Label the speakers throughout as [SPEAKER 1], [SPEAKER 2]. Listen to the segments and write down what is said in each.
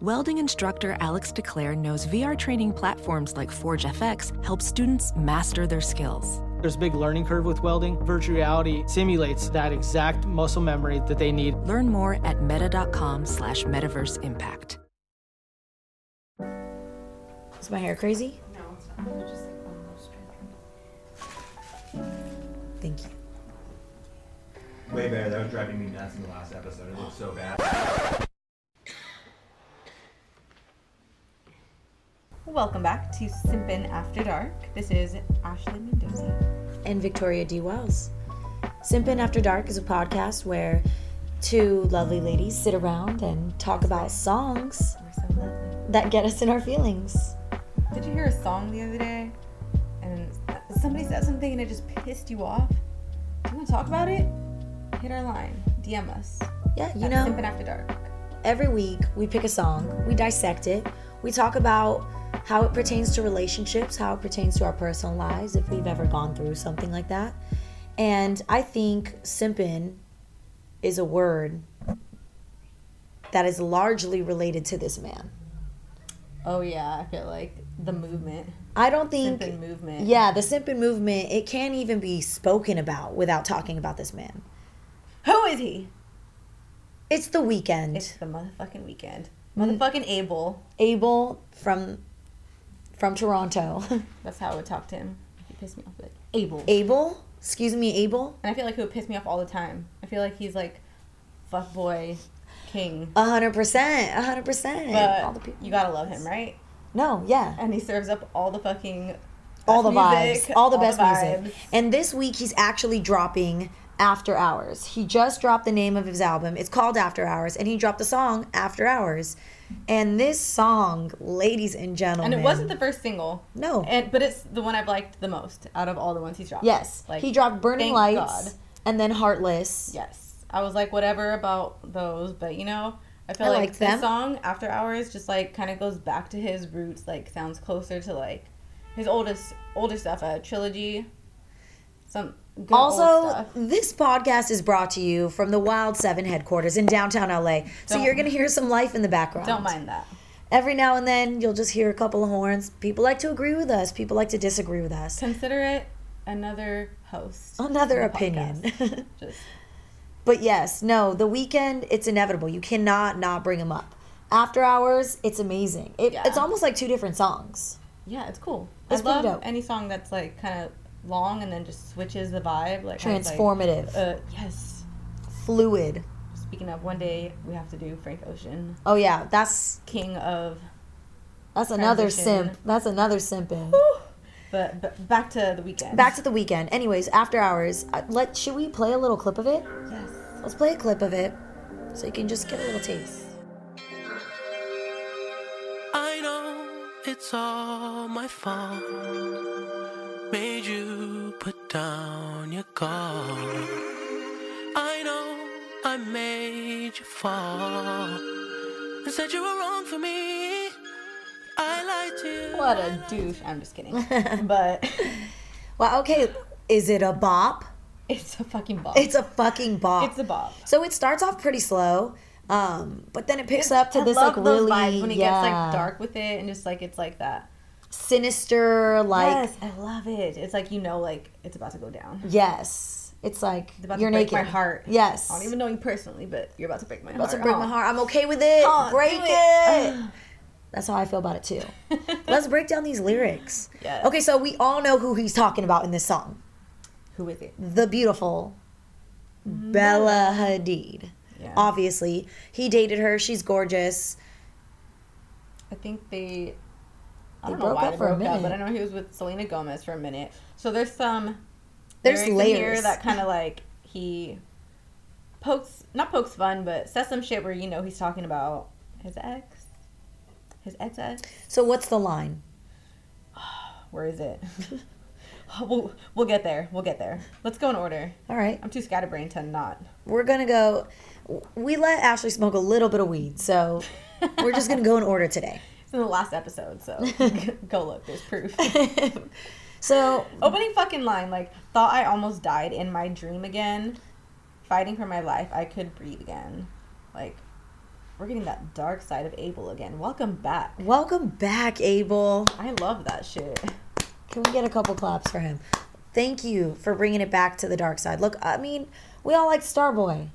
[SPEAKER 1] Welding instructor Alex DeClaire knows VR training platforms like ForgeFX help students master their skills.
[SPEAKER 2] There's a big learning curve with welding. Virtual reality simulates that exact muscle memory that they need.
[SPEAKER 1] Learn more at meta.com slash metaverse impact.
[SPEAKER 3] Is my hair crazy?
[SPEAKER 4] No, it's not. It's just like one little
[SPEAKER 3] Thank you.
[SPEAKER 5] Way better. That was driving me nuts in the last episode. It looked so bad.
[SPEAKER 4] Welcome back to Simpin After Dark. This is Ashley Mendoza.
[SPEAKER 3] And Victoria D. Wells. Simpin After Dark is a podcast where two lovely ladies sit around and talk about songs
[SPEAKER 4] We're so lovely.
[SPEAKER 3] that get us in our feelings.
[SPEAKER 4] Did you hear a song the other day? And somebody said something and it just pissed you off? Do you want to talk about it? Hit our line. DM us.
[SPEAKER 3] Yeah, you
[SPEAKER 4] at
[SPEAKER 3] know.
[SPEAKER 4] Simpin After Dark.
[SPEAKER 3] every week we pick a song, we dissect it, we talk about how it pertains to relationships, how it pertains to our personal lives, if we've ever gone through something like that. And I think simpin is a word that is largely related to this man.
[SPEAKER 4] Oh, yeah. I feel like the movement.
[SPEAKER 3] I don't think
[SPEAKER 4] Simpin movement.
[SPEAKER 3] yeah, the simpin movement, it can't even be spoken about without talking about this man.
[SPEAKER 4] Who is he?
[SPEAKER 3] It's the weekend.
[SPEAKER 4] It's the motherfucking weekend.
[SPEAKER 3] Mm.
[SPEAKER 4] Motherfucking Abel.
[SPEAKER 3] Abel from from Toronto.
[SPEAKER 4] That's how I would talk to him. He pissed me off. Like, Abel.
[SPEAKER 3] Abel? Excuse me, Abel?
[SPEAKER 4] And I feel like he would piss me off all the time. I feel like he's like fuck boy king.
[SPEAKER 3] A hundred percent, a hundred percent.
[SPEAKER 4] But
[SPEAKER 3] All the people-
[SPEAKER 4] you gotta love him, right?
[SPEAKER 3] No, yeah,
[SPEAKER 4] And he serves up all the fucking
[SPEAKER 3] all the
[SPEAKER 4] music,
[SPEAKER 3] vibes, all the
[SPEAKER 4] all
[SPEAKER 3] best
[SPEAKER 4] the
[SPEAKER 3] music.
[SPEAKER 4] vibes.
[SPEAKER 3] And this week he's actually dropping After Hours. He just dropped the name of his album. It's called After Hours, and he dropped the song After Hours. And this song, ladies and
[SPEAKER 4] and
[SPEAKER 3] gentlemen,
[SPEAKER 4] it wasn't the first single.
[SPEAKER 3] No.
[SPEAKER 4] And but it's the one I've liked the most out of all the ones he's dropped.
[SPEAKER 3] yes, he dropped Burning
[SPEAKER 4] thank
[SPEAKER 3] Lights
[SPEAKER 4] God.
[SPEAKER 3] and then Heartless.
[SPEAKER 4] Yes. I was like whatever about those, but you know, I feel
[SPEAKER 3] I
[SPEAKER 4] like
[SPEAKER 3] liked
[SPEAKER 4] this
[SPEAKER 3] them.
[SPEAKER 4] song After Hours just like kind of goes back to his roots, like sounds closer to like his oldest older stuff, a trilogy. Some good old
[SPEAKER 3] Also,
[SPEAKER 4] stuff.
[SPEAKER 3] this podcast is brought to you from the Wild Seven headquarters in downtown LA. So
[SPEAKER 4] Don't-
[SPEAKER 3] you're going to hear some life in the background.
[SPEAKER 4] Don't mind that.
[SPEAKER 3] every now and then you'll just hear a couple of horns. People like to agree with us, people like to disagree with us.
[SPEAKER 4] Consider it another host.
[SPEAKER 3] Another
[SPEAKER 4] of the
[SPEAKER 3] opinion.
[SPEAKER 4] podcast. Just
[SPEAKER 3] But yes, no, the weekend, it's inevitable. You cannot not bring them up. After hours, it's amazing. It,
[SPEAKER 4] Yeah.
[SPEAKER 3] It's almost like two different songs.
[SPEAKER 4] yeah, it's cool.
[SPEAKER 3] It's
[SPEAKER 4] I
[SPEAKER 3] pretty
[SPEAKER 4] love
[SPEAKER 3] dope.
[SPEAKER 4] any song that's like kind of long and then just switches the vibe. Like when it's, like,
[SPEAKER 3] Transformative,
[SPEAKER 4] uh, yes.
[SPEAKER 3] fluid.
[SPEAKER 4] Speaking of, one day we have to do Frank Ocean,
[SPEAKER 3] Oh yeah, that's
[SPEAKER 4] king of.
[SPEAKER 3] that's another
[SPEAKER 4] Transition.
[SPEAKER 3] simp. That's another simping.
[SPEAKER 4] But, but back to the weekend.
[SPEAKER 3] Back to the weekend. Anyways, after hours, I- let should we play a little clip of it?
[SPEAKER 4] yes.
[SPEAKER 3] Let's play a clip of it, so you can just get a little taste.
[SPEAKER 6] I know it's all my fault. Made you put down your guard. I know I made you fall. And said you were wrong for me. I lied to you.
[SPEAKER 4] What a douche! I'm just kidding. but
[SPEAKER 3] Well, okay, is it a bop?
[SPEAKER 4] it's a fucking bop.
[SPEAKER 3] It's a fucking bop.
[SPEAKER 4] It's a bop.
[SPEAKER 3] So it starts off pretty slow, um, but then it picks up to
[SPEAKER 4] I
[SPEAKER 3] this
[SPEAKER 4] love
[SPEAKER 3] like
[SPEAKER 4] those
[SPEAKER 3] really
[SPEAKER 4] vibes when it
[SPEAKER 3] yeah,
[SPEAKER 4] gets like dark with it and just like it's like that.
[SPEAKER 3] sinister. Like
[SPEAKER 4] yes, I love it. It's like you know, like it's about to go down.
[SPEAKER 3] yes, it's like
[SPEAKER 4] It's about
[SPEAKER 3] you're
[SPEAKER 4] to break
[SPEAKER 3] naked.
[SPEAKER 4] my heart.
[SPEAKER 3] Yes,
[SPEAKER 4] I don't even know you personally, but you're about to break my
[SPEAKER 3] about
[SPEAKER 4] heart. Oh,
[SPEAKER 3] to break my heart. I'm okay with it.
[SPEAKER 4] Huh,
[SPEAKER 3] break
[SPEAKER 4] do
[SPEAKER 3] it.
[SPEAKER 4] it.
[SPEAKER 3] That's how I feel about it too. Let's break down these lyrics.
[SPEAKER 4] Yes.
[SPEAKER 3] Okay, so we all know who he's talking about in this song.
[SPEAKER 4] Who is it?
[SPEAKER 3] the beautiful Bella Hadid.
[SPEAKER 4] Mm-hmm. Yeah.
[SPEAKER 3] Obviously, he dated her. She's gorgeous.
[SPEAKER 4] I think they. I
[SPEAKER 3] They
[SPEAKER 4] don't know
[SPEAKER 3] broke
[SPEAKER 4] why
[SPEAKER 3] up
[SPEAKER 4] they
[SPEAKER 3] for a
[SPEAKER 4] broke up, but I
[SPEAKER 3] minute.
[SPEAKER 4] know he was with Selena Gomez for a minute. So there's some.
[SPEAKER 3] There's
[SPEAKER 4] lyrics in here
[SPEAKER 3] layers.
[SPEAKER 4] that kind of like he pokes, not pokes fun, but says some shit where you know he's talking about his ex, his ex ex.
[SPEAKER 3] So what's the line?
[SPEAKER 4] Where is it? we'll, we'll get there. We'll get there. Let's go in order.
[SPEAKER 3] All right.
[SPEAKER 4] I'm too scatterbrained to not.
[SPEAKER 3] We're going to go. We let Ashley smoke a little bit of weed. So we're just going to go in order today.
[SPEAKER 4] It's in the last episode, so go look. There's proof.
[SPEAKER 3] So
[SPEAKER 4] Opening fucking line like, thought I almost died in my dream again. Fighting for my life, I could breathe again. Like, we're getting that dark side of Abel again. Welcome back.
[SPEAKER 3] welcome back, Abel.
[SPEAKER 4] I love that shit.
[SPEAKER 3] Can we get a couple claps for him? Thank you for bringing it back to the dark side. Look, I mean, we all like Starboy.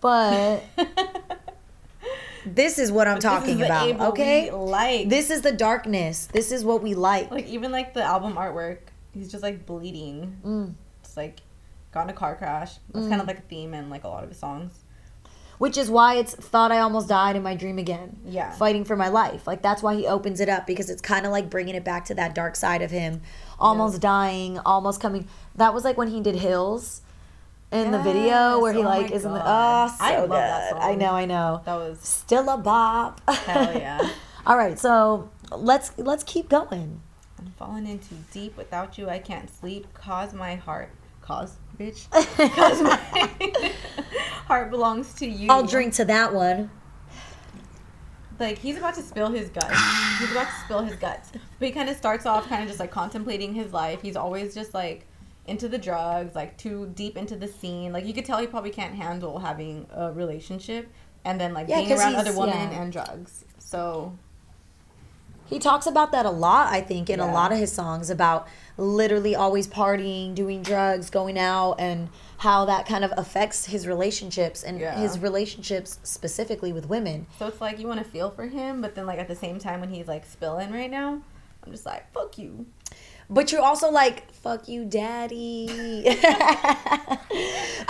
[SPEAKER 3] But this is what I'm
[SPEAKER 4] This is
[SPEAKER 3] talking
[SPEAKER 4] the
[SPEAKER 3] about,
[SPEAKER 4] Abel
[SPEAKER 3] okay?
[SPEAKER 4] we like
[SPEAKER 3] This is the darkness. This is what we like.
[SPEAKER 4] like even like the album artwork he's just like bleeding
[SPEAKER 3] Mm.
[SPEAKER 4] it's like got in a car crash that's kind of like a theme in like a lot of his songs
[SPEAKER 3] Which is why it's thought I almost died in my dream again.
[SPEAKER 4] Yeah.
[SPEAKER 3] Fighting for my life. Like that's why he opens it up because it's kind of like bringing it back to that dark side of him. Almost dying, almost coming. That was like when he did Hills in the video
[SPEAKER 4] Yes.
[SPEAKER 3] where he
[SPEAKER 4] Oh my
[SPEAKER 3] like is in the
[SPEAKER 4] God.
[SPEAKER 3] oh so
[SPEAKER 4] I love
[SPEAKER 3] good.
[SPEAKER 4] that song.
[SPEAKER 3] I know, I know.
[SPEAKER 4] that was
[SPEAKER 3] Still a bop.
[SPEAKER 4] hell yeah
[SPEAKER 3] All right, so let's let's keep going.
[SPEAKER 4] i'm falling into deep without you i can't sleep cause my heart cause bitch cause my heart belongs to you
[SPEAKER 3] I'll drink to that one.
[SPEAKER 4] like he's about to spill his guts. He's about to spill his guts. But he kind of starts off kind of just like contemplating his life. He's always just like into the drugs, like too deep into the scene. Like you could tell he probably can't handle having a relationship and then like
[SPEAKER 3] Yeah,
[SPEAKER 4] being
[SPEAKER 3] 'cause
[SPEAKER 4] around
[SPEAKER 3] he's-
[SPEAKER 4] other women
[SPEAKER 3] yeah.
[SPEAKER 4] and drugs. So
[SPEAKER 3] He talks about that a lot, I think, in a
[SPEAKER 4] Yeah.
[SPEAKER 3] lot of his songs about literally always partying, doing drugs, going out, and how that kind of affects his relationships and
[SPEAKER 4] Yeah.
[SPEAKER 3] his relationships specifically with women.
[SPEAKER 4] so it's like you want to feel for him, but then like at the same time when he's like spilling right now, I'm just like fuck you.
[SPEAKER 3] But you're also like, fuck you, daddy.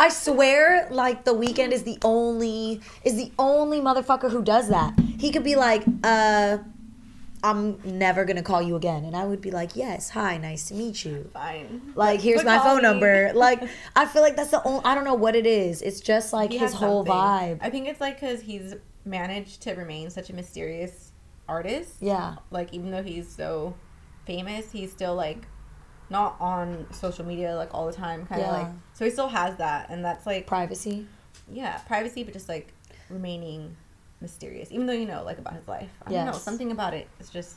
[SPEAKER 3] I swear, like the weekend is the only is the only motherfucker who does that. He could be like, uh, I'm never gonna call you again. And I would be like, Yes, hi, nice to meet you.
[SPEAKER 4] Fine.
[SPEAKER 3] Like, here's
[SPEAKER 4] But
[SPEAKER 3] my
[SPEAKER 4] call
[SPEAKER 3] phone
[SPEAKER 4] me.
[SPEAKER 3] number. Like, I feel like that's the only, I don't know what it is. It's just like
[SPEAKER 4] He
[SPEAKER 3] his
[SPEAKER 4] has
[SPEAKER 3] whole
[SPEAKER 4] something.
[SPEAKER 3] vibe.
[SPEAKER 4] I think it's like because he's managed to remain such a mysterious artist.
[SPEAKER 3] yeah.
[SPEAKER 4] like even though he's so famous, he's still like not on social media like all the time, kind of
[SPEAKER 3] Yeah.
[SPEAKER 4] like so he still has that, and that's like
[SPEAKER 3] Privacy.
[SPEAKER 4] yeah, privacy, but just like remaining mysterious, even though you know like about his life. I don't know
[SPEAKER 3] Yes.
[SPEAKER 4] something about it. It's just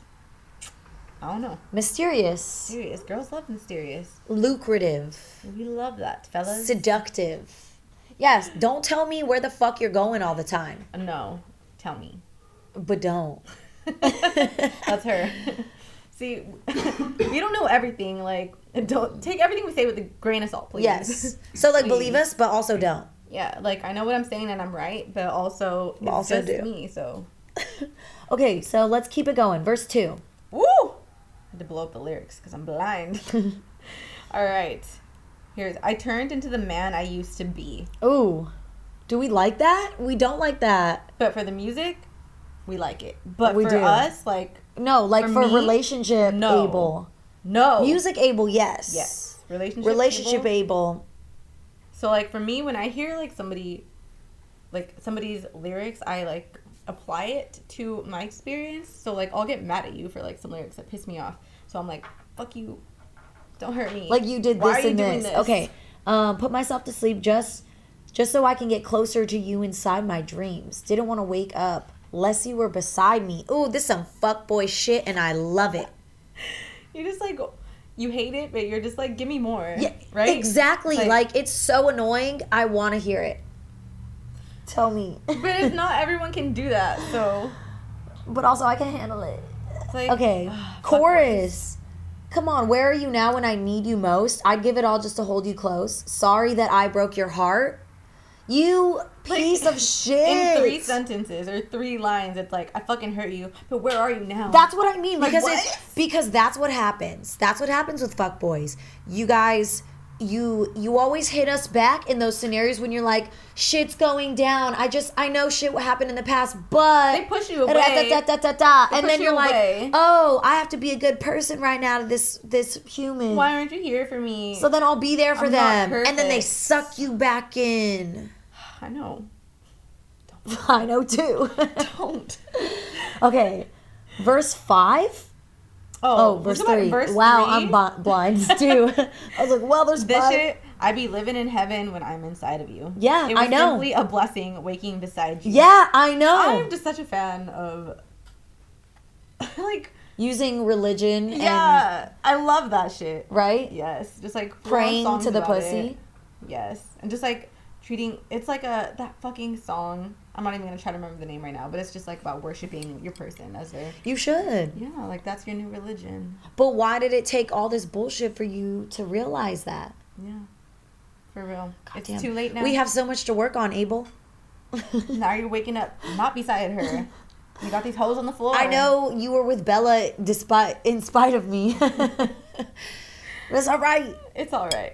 [SPEAKER 4] I don't know.
[SPEAKER 3] Mysterious.
[SPEAKER 4] Mysterious girls love mysterious.
[SPEAKER 3] Lucrative.
[SPEAKER 4] We love that, fellas.
[SPEAKER 3] Seductive. Yes, don't tell me where the fuck you're going all the time.
[SPEAKER 4] uh, no, tell me.
[SPEAKER 3] But don't.
[SPEAKER 4] That's her. See, we don't know everything. Like, don't take everything we say with a grain of salt, please.
[SPEAKER 3] Yes. So like believe us, but also don't.
[SPEAKER 4] Yeah, like I know what I'm saying and I'm right, but also it's
[SPEAKER 3] also
[SPEAKER 4] just
[SPEAKER 3] do.
[SPEAKER 4] me. So,
[SPEAKER 3] Okay, so let's keep it going. Verse two.
[SPEAKER 4] woo! had to blow up the lyrics because I'm blind. All right, here's I turned into the man I used to be,
[SPEAKER 3] Ooh. Do we like that? We don't like that.
[SPEAKER 4] but for the music, we like it. But
[SPEAKER 3] We
[SPEAKER 4] for
[SPEAKER 3] do.
[SPEAKER 4] us, like
[SPEAKER 3] No, like
[SPEAKER 4] For
[SPEAKER 3] for,
[SPEAKER 4] me,
[SPEAKER 3] relationship
[SPEAKER 4] no.
[SPEAKER 3] able.
[SPEAKER 4] no
[SPEAKER 3] Music able, yes.
[SPEAKER 4] Yes, relationship,
[SPEAKER 3] Relationship
[SPEAKER 4] able.
[SPEAKER 3] able.
[SPEAKER 4] So like for me, when I hear like somebody, like somebody's lyrics, I like apply it to my experience. So like I'll get mad at you for like some lyrics that piss me off. So I'm like, fuck you, don't hurt me.
[SPEAKER 3] like you did
[SPEAKER 4] Why
[SPEAKER 3] this
[SPEAKER 4] are you
[SPEAKER 3] and
[SPEAKER 4] doing
[SPEAKER 3] this. Okay, um, put myself to sleep just just so I can get closer to you inside my dreams. Didn't want to wake up less you were beside me. Ooh, this some fuckboy shit, and I love it.
[SPEAKER 4] You just like you hate it, but you're just like, give me more.
[SPEAKER 3] Yeah,
[SPEAKER 4] right.
[SPEAKER 3] Exactly.
[SPEAKER 4] Like-
[SPEAKER 3] Like, it's so annoying. I want to hear it. Tell me.
[SPEAKER 4] But it's not everyone can do that. So
[SPEAKER 3] but also, I can handle it.
[SPEAKER 4] it's like
[SPEAKER 3] Okay,
[SPEAKER 4] ah,
[SPEAKER 3] chorus. Come on, where are you now when I need you most? I'd give it all just to hold you close. Sorry that I broke your heart. You piece of shit.
[SPEAKER 4] In three sentences or three lines, it's like I fucking hurt you, but where are you now?
[SPEAKER 3] That's what I mean
[SPEAKER 4] Like,
[SPEAKER 3] because
[SPEAKER 4] what?
[SPEAKER 3] it's because that's what happens. That's what happens with fuckboys. You guys you you always hit us back in those scenarios when you're like shit's going down. I just I know shit what happened in the past, but
[SPEAKER 4] They push you away.
[SPEAKER 3] Da, da, da, da, da.
[SPEAKER 4] They
[SPEAKER 3] And
[SPEAKER 4] push
[SPEAKER 3] then
[SPEAKER 4] you
[SPEAKER 3] you're
[SPEAKER 4] away.
[SPEAKER 3] like, "Oh, I have to be a good person right now to this this human."
[SPEAKER 4] why aren't you here for me?
[SPEAKER 3] So then I'll be there for
[SPEAKER 4] I'm not
[SPEAKER 3] them. And then they
[SPEAKER 4] perfect.
[SPEAKER 3] suck you back in.
[SPEAKER 4] I know. Don't
[SPEAKER 3] I know too.
[SPEAKER 4] Don't.
[SPEAKER 3] okay, verse five. Oh, verse
[SPEAKER 4] look at
[SPEAKER 3] three.
[SPEAKER 4] verse
[SPEAKER 3] wow,
[SPEAKER 4] three.
[SPEAKER 3] I'm bi- blind too. I was like, well, there's
[SPEAKER 4] This
[SPEAKER 3] five.
[SPEAKER 4] shit, I be living in heaven when I'm inside of you.
[SPEAKER 3] Yeah,
[SPEAKER 4] it was
[SPEAKER 3] I know.
[SPEAKER 4] simply a blessing waking beside you.
[SPEAKER 3] Yeah, I know.
[SPEAKER 4] I'm just such a fan of, like,
[SPEAKER 3] Using religion and
[SPEAKER 4] yeah, I love that shit.
[SPEAKER 3] right
[SPEAKER 4] Yes, just like full-on
[SPEAKER 3] praying
[SPEAKER 4] songs
[SPEAKER 3] to the
[SPEAKER 4] about
[SPEAKER 3] pussy.
[SPEAKER 4] it. Yes, and just like treating it's like a that fucking song. I'm not even gonna try to remember the name right now, but it's just like about worshiping your person as their
[SPEAKER 3] You should.
[SPEAKER 4] yeah, like that's your new religion.
[SPEAKER 3] But why did it take all this bullshit for you to realize that?
[SPEAKER 4] Yeah, for real. it's
[SPEAKER 3] Damn.
[SPEAKER 4] too late now.
[SPEAKER 3] We have so much to work on, Abel.
[SPEAKER 4] now you're waking up not beside her. You got these holes on the floor.
[SPEAKER 3] I know you were with Bella despite in spite of me. That's all right.
[SPEAKER 4] it's all right.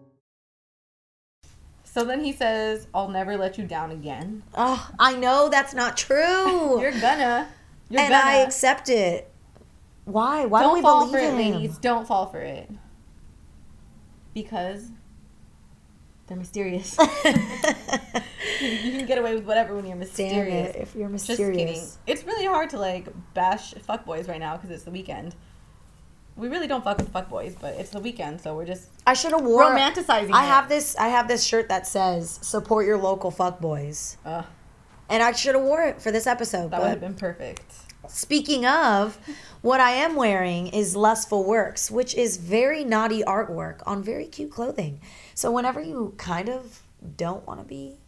[SPEAKER 4] So then he says, "I'll never let you down again."
[SPEAKER 3] Oh, I know that's not true.
[SPEAKER 4] You're gonna. You're
[SPEAKER 3] and
[SPEAKER 4] gonna.
[SPEAKER 3] I accept it. Why? Why
[SPEAKER 4] Don't
[SPEAKER 3] do we
[SPEAKER 4] fall
[SPEAKER 3] believe
[SPEAKER 4] for it,
[SPEAKER 3] him?
[SPEAKER 4] ladies. Don't fall for it. Because they're mysterious. you can get away with whatever when you're
[SPEAKER 3] Damn
[SPEAKER 4] mysterious.
[SPEAKER 3] it! If you're
[SPEAKER 4] Just kidding.
[SPEAKER 3] mysterious,
[SPEAKER 4] It's really hard to like bash fuckboys right now because it's the weekend. We really don't fuck with fuckboys, but it's the weekend, so we're just
[SPEAKER 3] I should have worn
[SPEAKER 4] Romanticizing
[SPEAKER 3] I
[SPEAKER 4] it.
[SPEAKER 3] have this. I have this shirt that says "Support your local fuckboys,"
[SPEAKER 4] Ugh.
[SPEAKER 3] and I should have wore it for this episode.
[SPEAKER 4] that
[SPEAKER 3] but-
[SPEAKER 4] would have been perfect.
[SPEAKER 3] Speaking of, what I am wearing is Lustful Works, which is very naughty artwork on very cute clothing. So whenever you kind of don't want to be,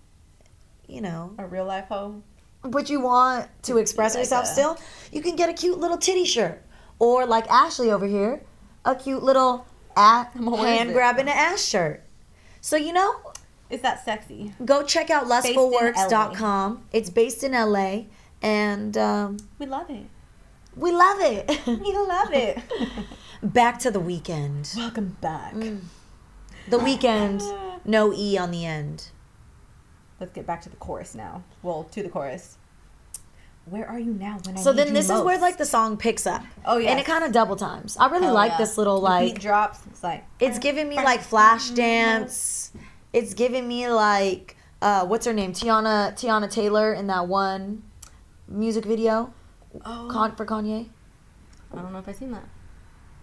[SPEAKER 3] you know,
[SPEAKER 4] A real life hoe.
[SPEAKER 3] but you want to express yourself still, you can get a cute little titty shirt. Or like Ashley over here, a cute little at
[SPEAKER 4] always
[SPEAKER 3] hand
[SPEAKER 4] it.
[SPEAKER 3] grabbing an ass shirt. So you know,
[SPEAKER 4] Is that sexy?
[SPEAKER 3] go check out
[SPEAKER 4] in LA.
[SPEAKER 3] lustfulworks.com. It's based in LA and um,
[SPEAKER 4] We love it.
[SPEAKER 3] we love it.
[SPEAKER 4] We love it.
[SPEAKER 3] Back to the weekend.
[SPEAKER 4] Welcome back.
[SPEAKER 3] The weekend, no E on the end.
[SPEAKER 4] Let's get back to the chorus now. Well, to the chorus. Where are you now when I
[SPEAKER 3] So
[SPEAKER 4] need
[SPEAKER 3] then
[SPEAKER 4] you
[SPEAKER 3] this is where
[SPEAKER 4] most?
[SPEAKER 3] like the song picks up.
[SPEAKER 4] Oh, yes.
[SPEAKER 3] And it kind of double times. I really
[SPEAKER 4] Hell
[SPEAKER 3] like
[SPEAKER 4] yeah.
[SPEAKER 3] this little
[SPEAKER 4] The beat
[SPEAKER 3] like
[SPEAKER 4] drops. It's like
[SPEAKER 3] it's giving me like flash dance. It's giving me like uh what's her name? Tiana Tiana Taylor in that one music video
[SPEAKER 4] oh,
[SPEAKER 3] con- for Kanye.
[SPEAKER 4] I don't know if I've seen that.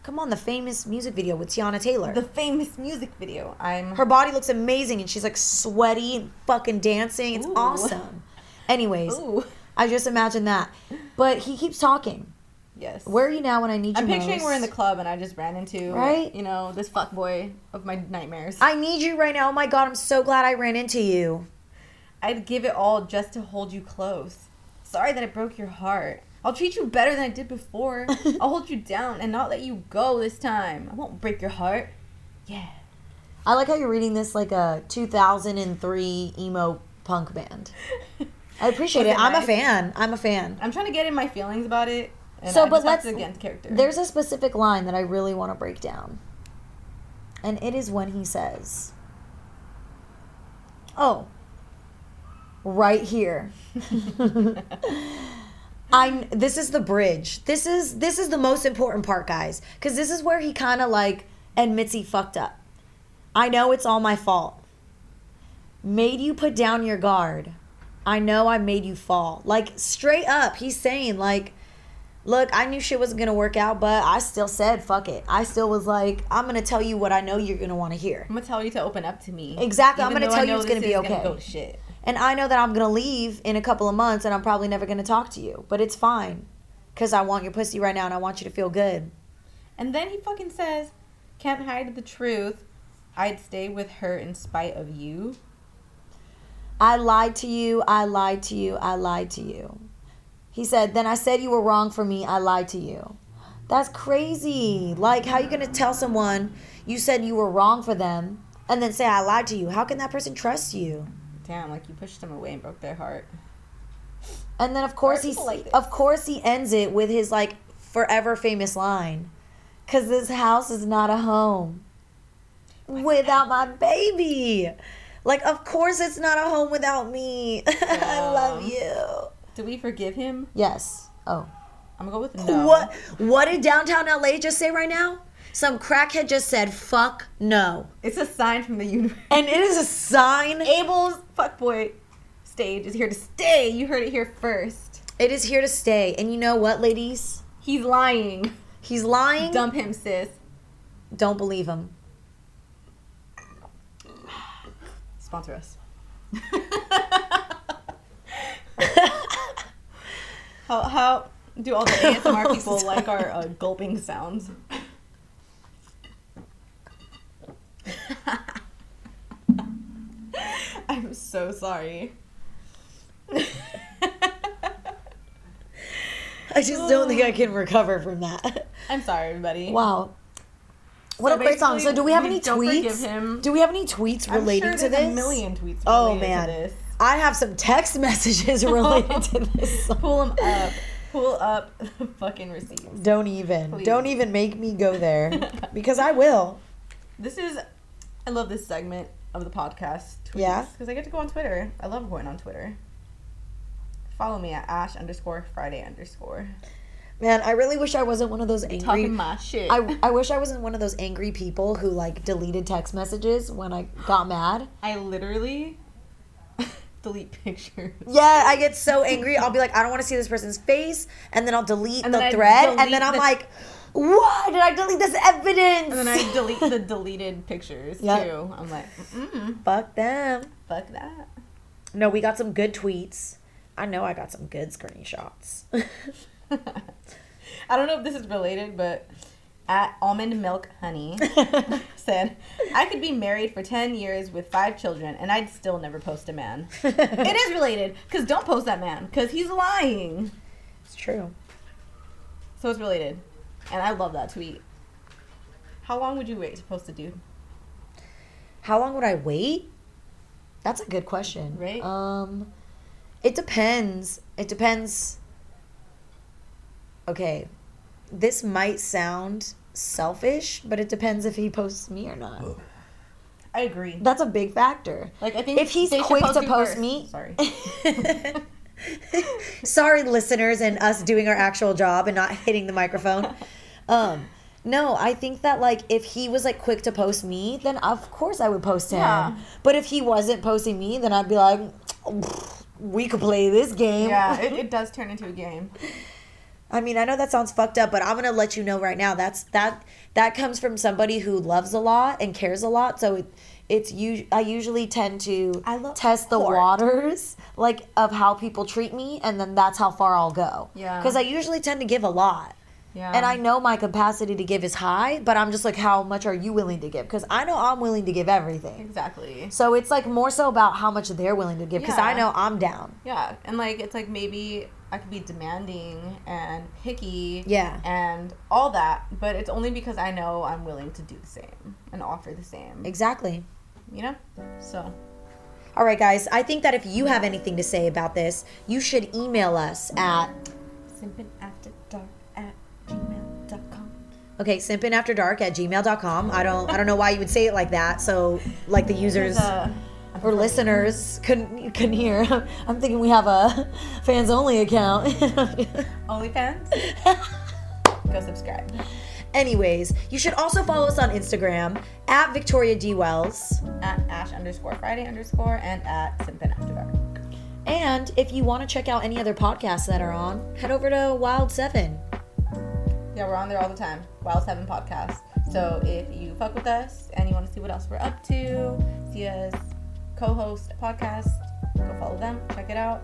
[SPEAKER 3] Come on, the famous music video with Tiana Taylor.
[SPEAKER 4] The famous music video. I'm
[SPEAKER 3] her body looks amazing and she's like sweaty and fucking dancing. It's
[SPEAKER 4] Ooh.
[SPEAKER 3] awesome. Anyways,
[SPEAKER 4] Ooh.
[SPEAKER 3] I just imagine that. But he keeps talking.
[SPEAKER 4] Yes.
[SPEAKER 3] Where are you now when I need you
[SPEAKER 4] I'm picturing
[SPEAKER 3] most?
[SPEAKER 4] we're in the club and I just ran into
[SPEAKER 3] Right?
[SPEAKER 4] you know, this fuck boy of my nightmares.
[SPEAKER 3] I need you right now. Oh my god, I'm so glad I ran into you.
[SPEAKER 4] I'd give it all just to hold you close. Sorry that I broke your heart. I'll treat you better than I did before. I'll hold you down and not let you go this time. I won't break your heart. Yeah.
[SPEAKER 3] I like how you're reading this like a 2003 emo punk band. I appreciate it.
[SPEAKER 4] Wasn't
[SPEAKER 3] I'm a
[SPEAKER 4] nice.
[SPEAKER 3] fan. I'm a fan.
[SPEAKER 4] I'm trying to get in my feelings about it. And
[SPEAKER 3] So,
[SPEAKER 4] I
[SPEAKER 3] but
[SPEAKER 4] just have
[SPEAKER 3] let's
[SPEAKER 4] to get into character.
[SPEAKER 3] There's a specific line that I really want to break down. And it is when he says, "Oh, right here." I this is the bridge. This is this is the most important part, guys, cuz this is where he kind of like admits he fucked up. I know it's all my fault. Made you put down your guard. I know I made you fall. Like straight up, he's saying like look, I knew shit wasn't gonna work out, but I still said fuck it. I still was like, I'm gonna tell you what I know you're gonna want to hear,
[SPEAKER 4] I'm gonna tell you to open up to me.
[SPEAKER 3] Exactly, I'm
[SPEAKER 4] Even
[SPEAKER 3] gonna
[SPEAKER 4] though
[SPEAKER 3] tell
[SPEAKER 4] I
[SPEAKER 3] you
[SPEAKER 4] know
[SPEAKER 3] it's gonna
[SPEAKER 4] this
[SPEAKER 3] be
[SPEAKER 4] is
[SPEAKER 3] okay.
[SPEAKER 4] go to shit.
[SPEAKER 3] and I know that I'm gonna leave in a couple of months, and I'm probably never gonna talk to you, but it's fine, cause I want your pussy right now, and I want you to feel good.
[SPEAKER 4] And then he fucking says, "Can't hide the truth. I'd stay with her in spite of you."
[SPEAKER 3] I lied to you. I lied to you. I lied to you. He said, Then I said you were wrong for me. I lied to you. That's crazy. Like, how you going to tell someone you said you were wrong for them and then say I lied to you, how can that person trust you?
[SPEAKER 4] Damn, like you pushed them away and broke their heart.
[SPEAKER 3] And then of course he
[SPEAKER 4] people like this.
[SPEAKER 3] of course he ends it with his like forever famous line. Cause this house is not a home without my baby. Like of course it's not a home without me. I love you.
[SPEAKER 4] Do we forgive him?
[SPEAKER 3] Yes. Oh.
[SPEAKER 4] I'm gonna go with no.
[SPEAKER 3] What what did downtown LA just say right now? Some crackhead just said fuck no.
[SPEAKER 4] It's a sign from the universe.
[SPEAKER 3] And it is a sign.
[SPEAKER 4] Abel's fuckboy stage is here to stay. You heard it here first.
[SPEAKER 3] It is here to stay. And you know what, ladies?
[SPEAKER 4] He's lying.
[SPEAKER 3] He's lying.
[SPEAKER 4] Dump him, sis.
[SPEAKER 3] Don't believe him.
[SPEAKER 4] Sponsor us. how how do all the ASMR people like our uh, gulping sounds? I'm so sorry.
[SPEAKER 3] I just don't think I can recover from that.
[SPEAKER 4] I'm sorry, everybody.
[SPEAKER 3] Wow. What
[SPEAKER 4] So
[SPEAKER 3] a great song. So
[SPEAKER 4] basically,
[SPEAKER 3] do we have
[SPEAKER 4] we
[SPEAKER 3] any
[SPEAKER 4] don't forgive
[SPEAKER 3] tweets?
[SPEAKER 4] him.
[SPEAKER 3] Do we have any tweets
[SPEAKER 4] I'm
[SPEAKER 3] relating
[SPEAKER 4] sure
[SPEAKER 3] to
[SPEAKER 4] there's
[SPEAKER 3] this?
[SPEAKER 4] A million tweets.
[SPEAKER 3] Oh
[SPEAKER 4] related to
[SPEAKER 3] man.
[SPEAKER 4] this.
[SPEAKER 3] I have some text messages related to this. song.
[SPEAKER 4] Pull them up. Pull up the fucking receipts.
[SPEAKER 3] Don't even.
[SPEAKER 4] Please.
[SPEAKER 3] Don't even make me go there because I will.
[SPEAKER 4] This is, I love this segment of the podcast. Tweets,
[SPEAKER 3] Yeah?
[SPEAKER 4] Because I get to go on Twitter. I love going on Twitter. Follow me at ash underscore Friday underscore.
[SPEAKER 3] Man, I really wish I wasn't one of those angry
[SPEAKER 4] Talking my shit.
[SPEAKER 3] I, I wish I wasn't one of those angry people who like deleted text messages when I got mad.
[SPEAKER 4] I literally delete pictures.
[SPEAKER 3] Yeah, I get so angry. I'll be like, I don't want to see this person's face, and then I'll delete
[SPEAKER 4] And
[SPEAKER 3] the
[SPEAKER 4] then I
[SPEAKER 3] thread,
[SPEAKER 4] delete
[SPEAKER 3] and then I'm
[SPEAKER 4] the-
[SPEAKER 3] like, why did I delete this evidence?
[SPEAKER 4] And then I delete the deleted pictures
[SPEAKER 3] Yeah.
[SPEAKER 4] too. I'm like, mm
[SPEAKER 3] Fuck them.
[SPEAKER 4] fuck that.
[SPEAKER 3] No, we got some good tweets. I know I got some good screenshots.
[SPEAKER 4] I don't know if this is related, but at almond milk honey said, I could be married for 10 years with five children and I'd still never post a man. it is related because don't post that man because he's lying.
[SPEAKER 3] it's true.
[SPEAKER 4] So it's related. And I love that tweet. How long would you wait to post a dude?
[SPEAKER 3] How long would I wait? That's a good question.
[SPEAKER 4] Right?
[SPEAKER 3] Um it depends. It depends. Okay. This might sound selfish, but it depends if he posts me or not.
[SPEAKER 4] I agree.
[SPEAKER 3] That's a big factor.
[SPEAKER 4] Like, I think
[SPEAKER 3] if he's
[SPEAKER 4] they should
[SPEAKER 3] quick
[SPEAKER 4] post
[SPEAKER 3] to
[SPEAKER 4] you
[SPEAKER 3] post
[SPEAKER 4] first.
[SPEAKER 3] me,
[SPEAKER 4] Sorry.
[SPEAKER 3] sorry listeners and us doing our actual job and not hitting the microphone um no i think that like if he was like quick to post me then of course i would post him
[SPEAKER 4] Yeah.
[SPEAKER 3] but if he wasn't posting me then i'd be like we could play this game
[SPEAKER 4] yeah, it, it does turn into a game.
[SPEAKER 3] i mean i know that sounds fucked up but i'm gonna let you know right now that's that that comes from somebody who loves a lot and cares a lot so it it's you i usually tend to
[SPEAKER 4] I love
[SPEAKER 3] test the
[SPEAKER 4] support.
[SPEAKER 3] waters like of how people treat me and then that's how far i'll go
[SPEAKER 4] Yeah.
[SPEAKER 3] because i usually tend to give a lot
[SPEAKER 4] Yeah.
[SPEAKER 3] and I know my capacity to give is high, but I'm just like, how much are you willing to give? Because I know I'm willing to give everything.
[SPEAKER 4] Exactly.
[SPEAKER 3] So it's like more so about how much they're willing to give. Because I
[SPEAKER 4] Yeah.
[SPEAKER 3] know I'm down.
[SPEAKER 4] Yeah, and like it's like maybe I could be demanding and picky.
[SPEAKER 3] Yeah.
[SPEAKER 4] And all that, but it's only because I know I'm willing to do the same and offer the same.
[SPEAKER 3] Exactly.
[SPEAKER 4] You know? So,
[SPEAKER 3] All right, guys. I think that if you have anything to say about this, you should email us at
[SPEAKER 4] simpinafterdark at gmail.com.
[SPEAKER 3] okay simpinafterdark at gmail.com. I don't I don't know why you would say it like that. So like the users
[SPEAKER 4] Uh,
[SPEAKER 3] or listeners couldn't couldn't hear. I'm thinking we have a fans only account.
[SPEAKER 4] OnlyFans? Go subscribe.
[SPEAKER 3] Anyways, you should also follow us on Instagram at Victoria D. Wells.
[SPEAKER 4] At ash underscore Friday underscore and at simpin after dark.
[SPEAKER 3] And if you want to check out any other podcasts that are on, head over to Wild Seven.
[SPEAKER 4] Yeah, we're on there all the time. Wild Seven Podcast. So if you fuck with us and you want to see what else we're up to, see us co-host a podcast, go follow them, check it out.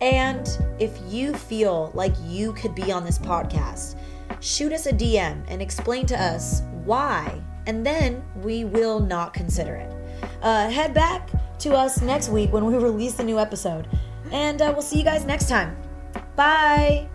[SPEAKER 3] And if you feel like you could be on this podcast, shoot us a DM and explain to us why, and then we will not consider it. Uh, head back to us next week when we release the new episode. And uh, we'll see you guys next time. Bye.